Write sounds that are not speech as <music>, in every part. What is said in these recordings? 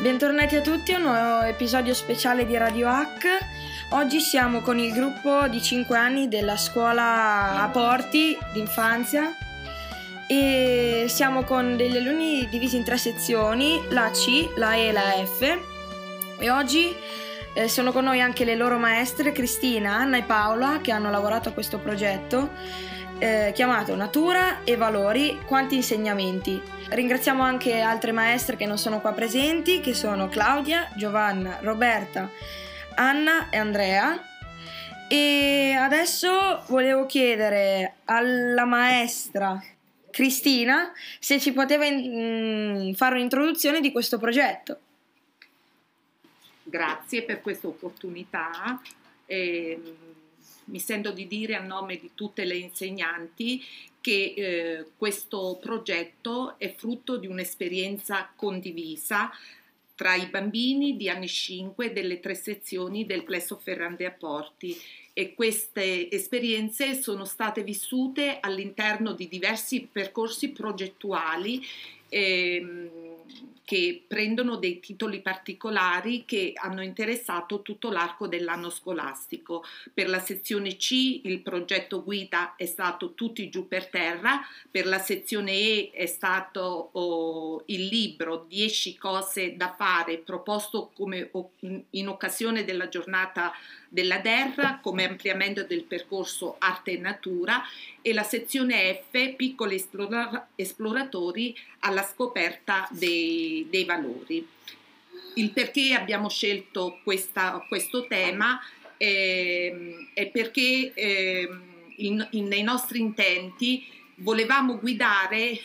Bentornati a tutti a un nuovo episodio speciale di Radio Hack. Oggi siamo con il gruppo di 5 anni della scuola a Porti d'infanzia e siamo con degli alunni divisi in tre sezioni, la C, la E e la F e oggi eh, sono con noi anche le loro maestre Cristina, Anna e Paola che hanno lavorato a questo progetto eh, chiamato Natura e Valori, quanti insegnamenti. Ringraziamo anche altre maestre che non sono qua presenti, che sono Claudia, Giovanna, Roberta, Anna e Andrea. E adesso volevo chiedere alla maestra Cristina se ci poteva mm, fare un'introduzione di questo progetto. Grazie per questa opportunità. e, mm, mi sento di dire a nome di tutte le insegnanti che eh, questo progetto è frutto di un'esperienza condivisa tra i bambini di anni 5 delle tre sezioni del Plesso Ferrande a Porti e queste esperienze sono state vissute all'interno di diversi percorsi progettuali ehm, che prendono dei titoli particolari che hanno interessato tutto l'arco dell'anno scolastico. Per la sezione C il progetto guida è stato Tutti giù per terra, per la sezione E è stato oh, il libro 10 cose da fare proposto come o- in occasione della giornata della terra come ampliamento del percorso arte e natura e la sezione F piccoli esplora- esploratori alla scoperta dei, dei valori. Il perché abbiamo scelto questa- questo tema ehm, è perché ehm, in- in- nei nostri intenti volevamo guidare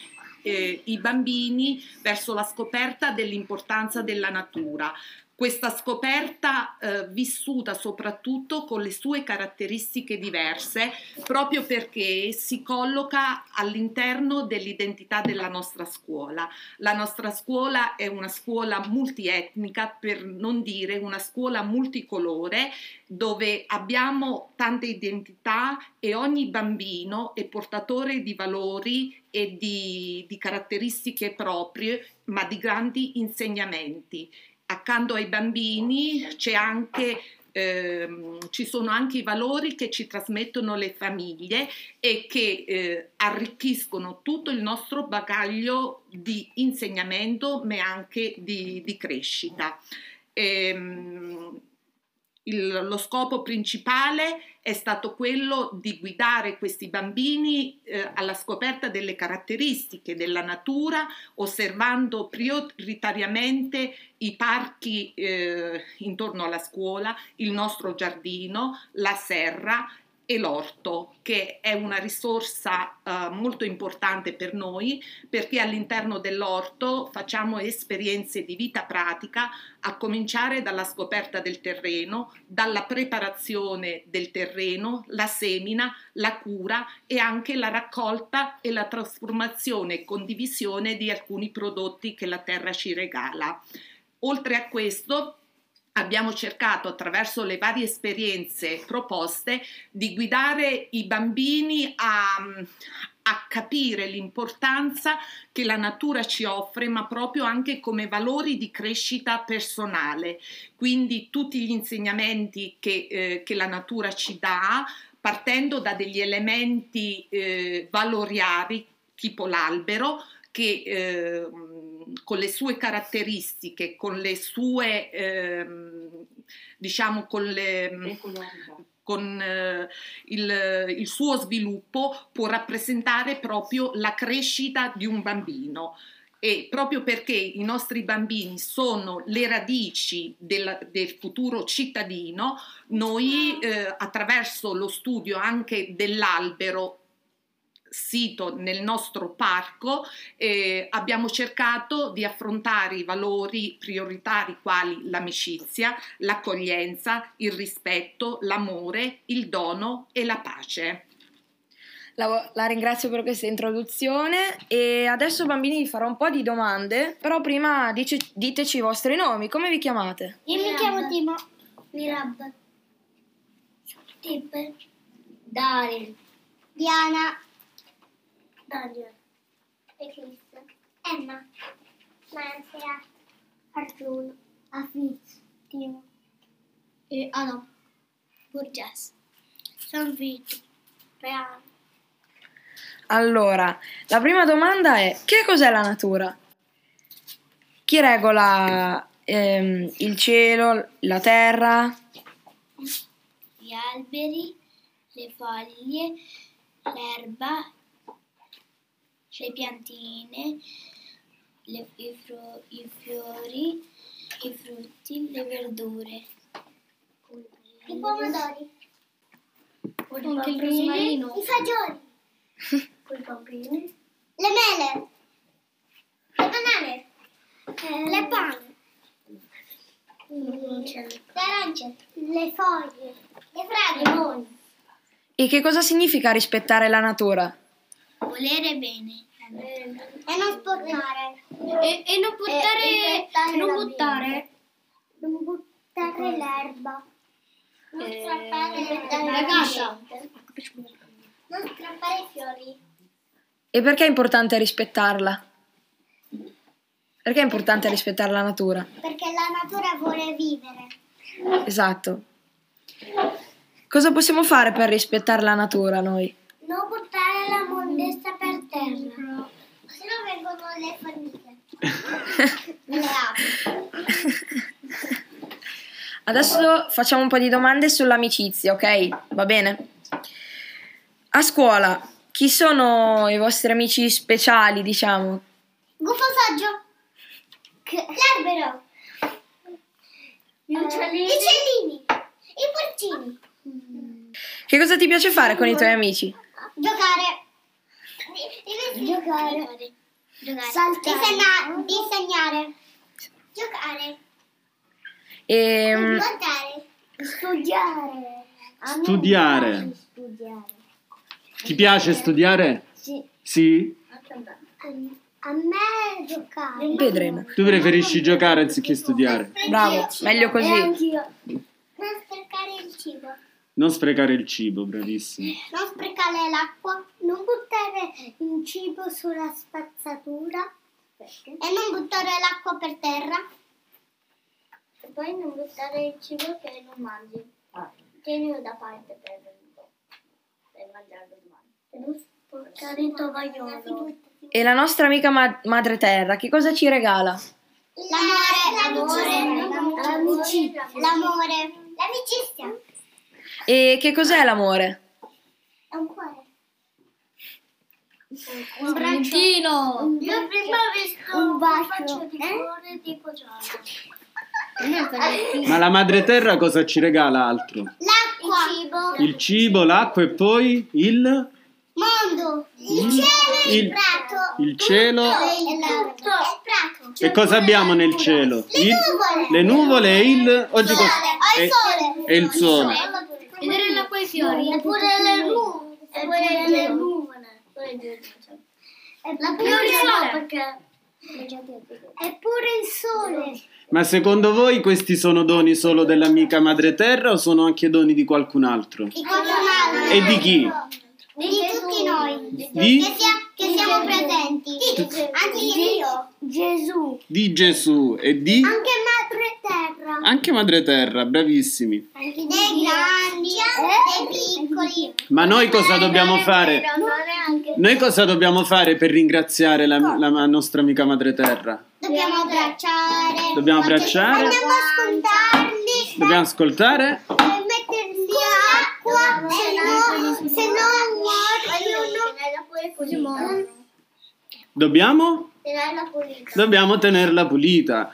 eh, i bambini verso la scoperta dell'importanza della natura, questa scoperta eh, vissuta soprattutto con le sue caratteristiche diverse, proprio perché si colloca all'interno dell'identità della nostra scuola. La nostra scuola è una scuola multietnica, per non dire una scuola multicolore, dove abbiamo tante identità e ogni bambino è portatore di valori e di, di caratteristiche proprie, ma di grandi insegnamenti accanto ai bambini c'è anche, ehm, ci sono anche i valori che ci trasmettono le famiglie e che eh, arricchiscono tutto il nostro bagaglio di insegnamento ma anche di, di crescita. Ehm, il- lo scopo principale è stato quello di guidare questi bambini eh, alla scoperta delle caratteristiche della natura, osservando prioritariamente i parchi eh, intorno alla scuola, il nostro giardino, la serra e l'orto, che è una risorsa eh, molto importante per noi perché all'interno dell'orto facciamo esperienze di vita pratica, a cominciare dalla scoperta del terreno, dalla preparazione del terreno, la semina, la cura e anche la raccolta e la trasformazione e condivisione di alcuni prodotti che la terra ci regala. Oltre a questo, abbiamo cercato attraverso le varie esperienze proposte di guidare i bambini a, a capire l'importanza che la natura ci offre, ma proprio anche come valori di crescita personale. Quindi tutti gli insegnamenti che, eh, che la natura ci dà, partendo da degli elementi eh, valoriali, tipo l'albero, che eh, mh, con le sue caratteristiche, con le sue, ehm, diciamo, con le... mh, con eh, il, il suo sviluppo può rappresentare proprio la crescita di un bambino. E proprio perché i nostri bambini sono le radici del, del futuro cittadino, noi eh, attraverso lo studio anche dell'albero sito nel nostro parco eh, abbiamo cercato di affrontare i valori prioritari quali l'amicizia, l'accoglienza, il rispetto, l'amore, il dono e la pace. La, vo- la ringrazio per questa introduzione e adesso bambini vi farò un po' di domande, però prima dice- diteci i vostri nomi, come vi chiamate? Io mi Mirab. chiamo Timo. Mirab, Tipper. Daryl, Diana. Daniel, Eclipse. Emma. Nancy. Argiuno, Afiz, Timo, e, ah no, Borges, San Vito, Reale, Allora, la prima domanda è: che cos'è la natura? Chi regola ehm, il cielo, la terra? gli alberi, le foglie, l'erba, le piantine, le- i, fro- i fiori, i frutti, le verdure. I pomodori. Anche il rosmarino. I fagioli. <laughs> Con bambini. Le mele. Le banane. le pane. Le arance. Le foglie. certo. Le fragole. E che cosa significa rispettare la natura? Volere bene. E non sporcare. E, e non portare, rispettare non la buttare Non buttare l'erba. Non strappare Eh, la Ah, casa. Non strappare i fiori. E perché è importante rispettarla? Perché è importante rispettare la natura? Perché la natura vuole vivere. Esatto. Cosa possiamo fare per rispettare la natura noi? Non buttare la mondezza per terra. Se no vengono le formiche. le api. <laughs> Adesso facciamo un po' di domande sull'amicizia, ok? Va bene? A scuola, chi sono i vostri amici speciali, diciamo? Gufo saggio. L'albero. Gli uccellini. I uccellini. I porcini. Mm. Che cosa ti piace fare con i tuoi amici? Giocare. Giocare. Mm. Giocare. Saltare. Disegna- disegnare. Giocare. Ehm, Guardare. Studiare. Studiare. Studiare. Ti piace studiare? Sì. Sì? A me giocare. vedremo. Tu preferisci giocare anziché studiare? Bravo, meglio E così. anch'io. Non sprecare il cibo. Non sprecare il cibo, bravissimo. Non sprecare l'acqua. Non buttare il cibo sulla spazzatura. E non buttare l'acqua per terra. E poi non buttare il cibo che non mangi. Tienilo da parte per, per mangiarlo domani. E non sporcare il tovagliolo. E la nostra amica ma- madre terra, che cosa ci regala? L'amore, l'amore, l'amicizia, l'amore, l'amicizia. E che cos'è l'amore? È un cuore. un braccio. Eh? Io prima ho visto un bacio eh? di cuore tipo giallo. Ma la madre terra cosa ci regala altro? L'acqua, il cibo, Il cibo, l'acqua e poi il... mondo, il Il- cielo e il il- prato. il cielo. Tutto, il tutto, il prato. E cosa abbiamo nel cielo? Le Il- nuvole. Le nuvole e il... Oggi Il cosa- sole, e- ho il sole. e il sole. Vedere l'acqua e i fiori. Eppure le nuvole. Eppure le nuvole. La sole. perché... Eppure il sole. Ma secondo voi questi sono doni solo dell'amica madre terra o sono anche doni di qualcun altro? Di qualcun E di chi? Di tutti noi. Di, Che, sia- che siamo presenti. Anche io. Gesù. di Gesù e di... Anche madre terra. Anche madre terra, bravissimi. Dei grandi, dei piccoli. Ma noi cosa dobbiamo fare? Noi cosa dobbiamo fare per ringraziare la, la- la nostra amica madre terra? Dobbiamo abbracciare. Dobbiamo abbracciare, Dobbiamo ascoltarli dobbiamo ascoltare. e metterli acqua. Se no, se no muoiono. Dobbiamo? Tenerla pulita. Dobbiamo tenerla pulita.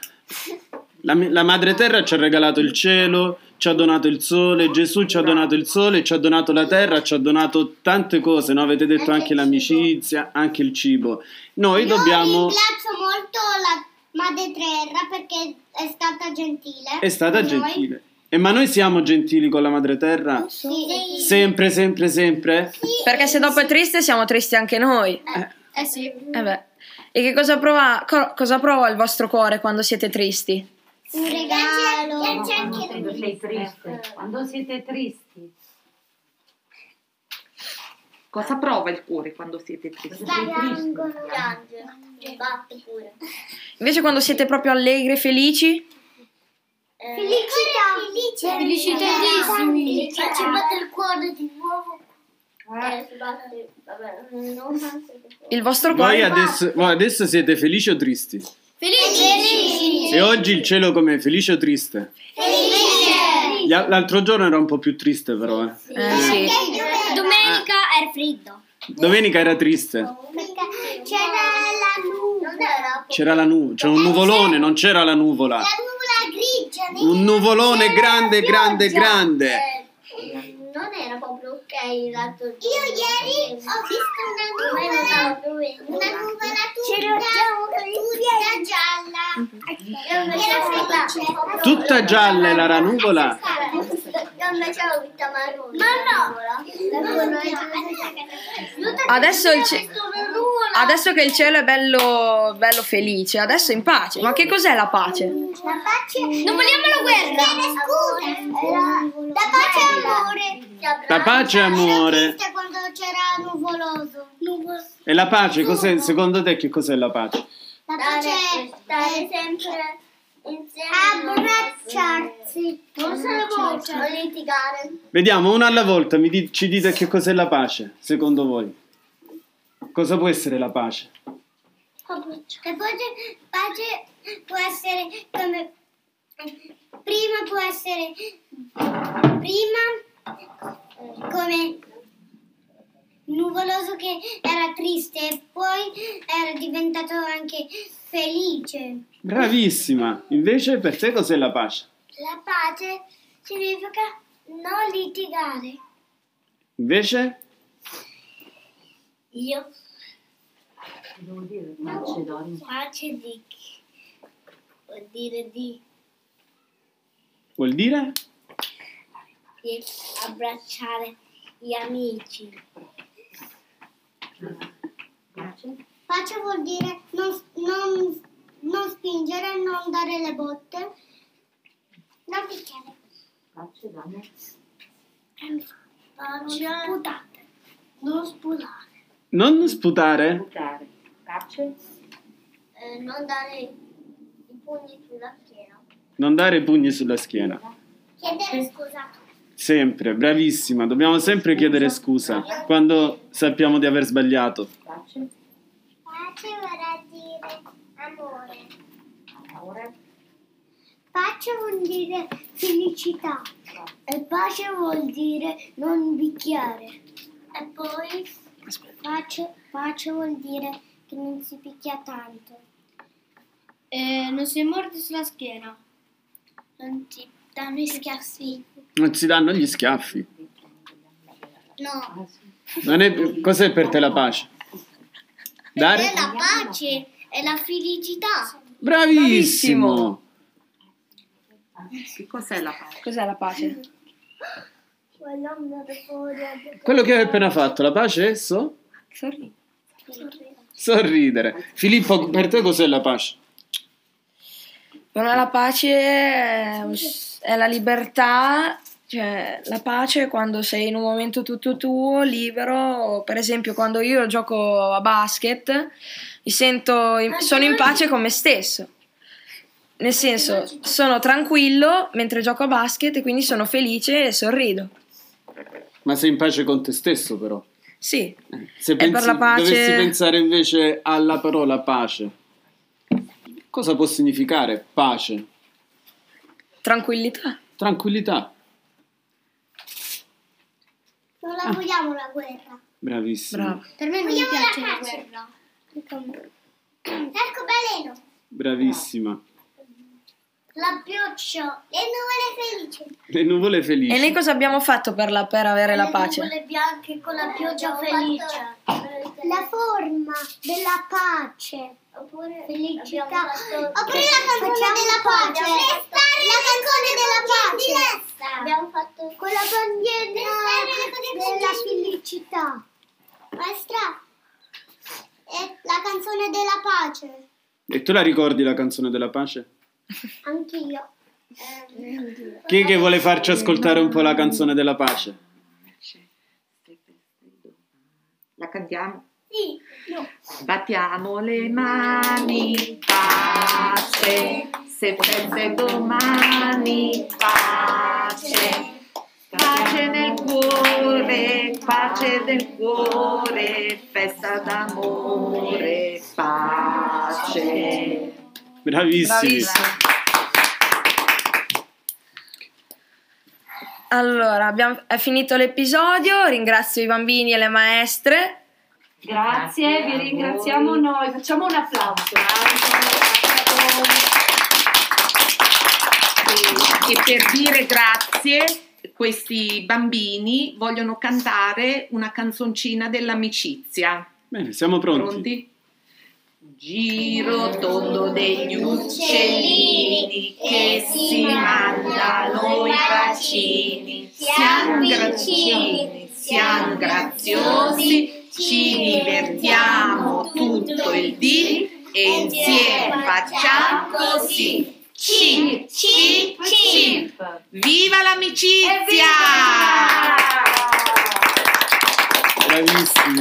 La, la madre terra ci ha regalato il cielo, ci ha donato il sole, Gesù ci ha donato il sole, ci ha donato la terra, ci ha donato tante cose, no? avete detto Anche anche il l'amicizia, anche il cibo. Noi Io dobbiamo... ringrazio molto la Madre Terra perché è stata gentile. È stata con noi. gentile. E ma noi siamo gentili con la madre terra? Sì. Eh, Sempre, sempre, sempre? Perché se dopo è triste siamo tristi anche noi. Eh sì. Eh beh. E che cosa prova, co- cosa prova il vostro cuore quando siete tristi? Un regalo. Piace quando siete- sei triste. Quando siete tristi, Cosa prova il cuore quando siete tristi? piangono. Piange. Batte pure. Invece quando siete proprio allegri e felici, Felicità. Eh, Felicità. Felicitissimi. Felicità. Ci batte il cuore di nuovo. Eh. vabbè, non il vostro Voi cuore... adesso, voi adesso siete felici o tristi? E oggi il cielo com'è? Felice o triste? Felice. Gli- L'altro giorno era un po' più triste però, eh. Eh, sì. Domenica è freddo. Domenica era triste. Perché c'era la nuvola. Non era C'era la nu- c'era un nuvolone, non c'era la nuvola. La nuvola grigia. né? Un nuvolone C'era la grande, pioggia. grande, grande. non era proprio ok lato Io ieri ho visto una nuvola. Una nuvola tutta, tutta gialla. Era felice. Tutta gialla era la nuvola. Donna c'è vita marrone. Ma no. La Adesso il ce- Adesso che il cielo è bello, bello felice, adesso è in pace. Ma che cos'è la pace? La pace. Non vogliamo la guerra. scusa. La pace è amore. La pace è amore. L'ho vista Quando c'era nuvoloso. E la pace, cos'è, secondo te che cos'è la pace? La pace è stare sempre insieme. Abbracciarsi. Non voce. Non litigare. Vediamo, una alla volta, mi di- ci dite che cos'è la pace, secondo voi. Cosa può essere la pace? La pace, pace può essere come prima può essere prima come nuvoloso che era triste e poi era diventato anche felice. Bravissima! Invece per te cos'è la pace? La pace significa non litigare. Invece? Io Devo dire Macedonia. pace di vuol dire di, Vuol dire? di abbracciare gli amici. Mace? Pace vuol dire non, non, non spingere, non dare le botte. Non picchiare. Macedonia. Eh, Non sputate. Non sputare. Non sputare? Buttare. Pace? Eh, non dare i pugni sulla schiena. Non dare pugni sulla schiena. Chiedere scusa. Sempre, bravissima. Dobbiamo sempre chiedere scusa quando sappiamo di aver sbagliato. Pace? Pace vorrà dire amore. Ora? Pace vuol dire felicità. E pace vuol dire non picchiare. E poi pace, pace vuol dire che non si picchia tanto. Eh, non si è morti sulla schiena. Non si danno i schiaffi. Non si danno gli schiaffi. No. Non è- cos'è per te la pace? Dare? pace, è la felicità. Bravissimo! Che cos'è la pace? Cos'è la pace? Quello che hai appena fatto, la pace è so? Sorridere. Filippo, per te cos'è la pace? Per me la pace è, us- è la libertà, cioè la pace è quando sei in un momento tutto tuo, libero, per esempio quando io gioco a basket mi sento, in- sono in pace con me stesso, nel senso sono tranquillo mentre gioco a basket e quindi sono felice e sorrido, Ma sei in pace con te stesso però. sì, Se E per pensi- la pace- dovessi pensare invece alla parola pace, cosa può significare pace? tranquillità. Tranquillità. Non la vogliamo la guerra. Bravissimo. Bravo. Per me non mi Vogliamo la piace la pace. guerra. L'arcobaleno, Bravissima. la pioggia, le nuvole felici. Le nuvole felici. E noi cosa abbiamo fatto per, la- per avere la pace? bianche con la pioggia felice. La forma della pace. Oppure felicità. Oppure la canzone della pace. La canzone della pace. Abbiamo fatto con la bandiera della felicità. Maestra, è la canzone della pace. E tu la ricordi la canzone della pace? Anch'io. Eh, Chi è che vuole farci ascoltare un po' la canzone della pace? La cantiamo? Sì, no. Battiamo le mani, pace, se prende domani, pace. Pace nel cuore, pace nel cuore, festa d'amore, pace. Bravissimi. Allora, abbiamo- è finito l'episodio, ringrazio i bambini e le maestre. Grazie, Grazie vi a ringraziamo voi. noi. Facciamo un applauso. E, e per dire grazie, questi bambini vogliono cantare una canzoncina dell'amicizia. Bene, siamo pronti. Pronti? Giro tondo degli uccellini che si mandano i bacini. Siamo grazioni, siamo graziosi, ci divertiamo tutto il dì e insieme facciamo così. Ci, ci, ci. Viva l'amicizia! Bravissimi.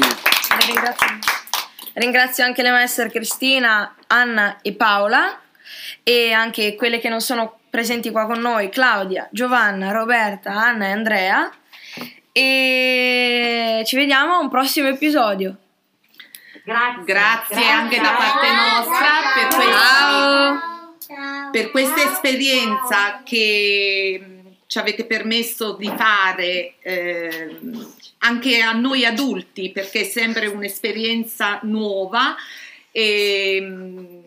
Ringrazio anche le maestre Cristina, Anna e Paola e anche quelle che non sono presenti qua con noi, Claudia, Giovanna, Roberta, Anna e Andrea. E ci vediamo a un prossimo episodio. Grazie. Grazie anche da parte nostra per pues. questa, Ciao. Ciao. per questa esperienza che mh, ci avete permesso di fare ehm, anche a noi adulti, perché è sempre un'esperienza nuova e mh,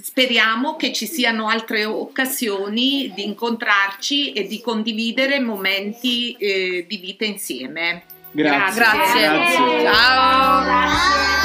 speriamo che ci siano altre occasioni di incontrarci e di condividere momenti eh, di vita insieme. Grazie. Grazie. Grazie. Ciao. Ciao.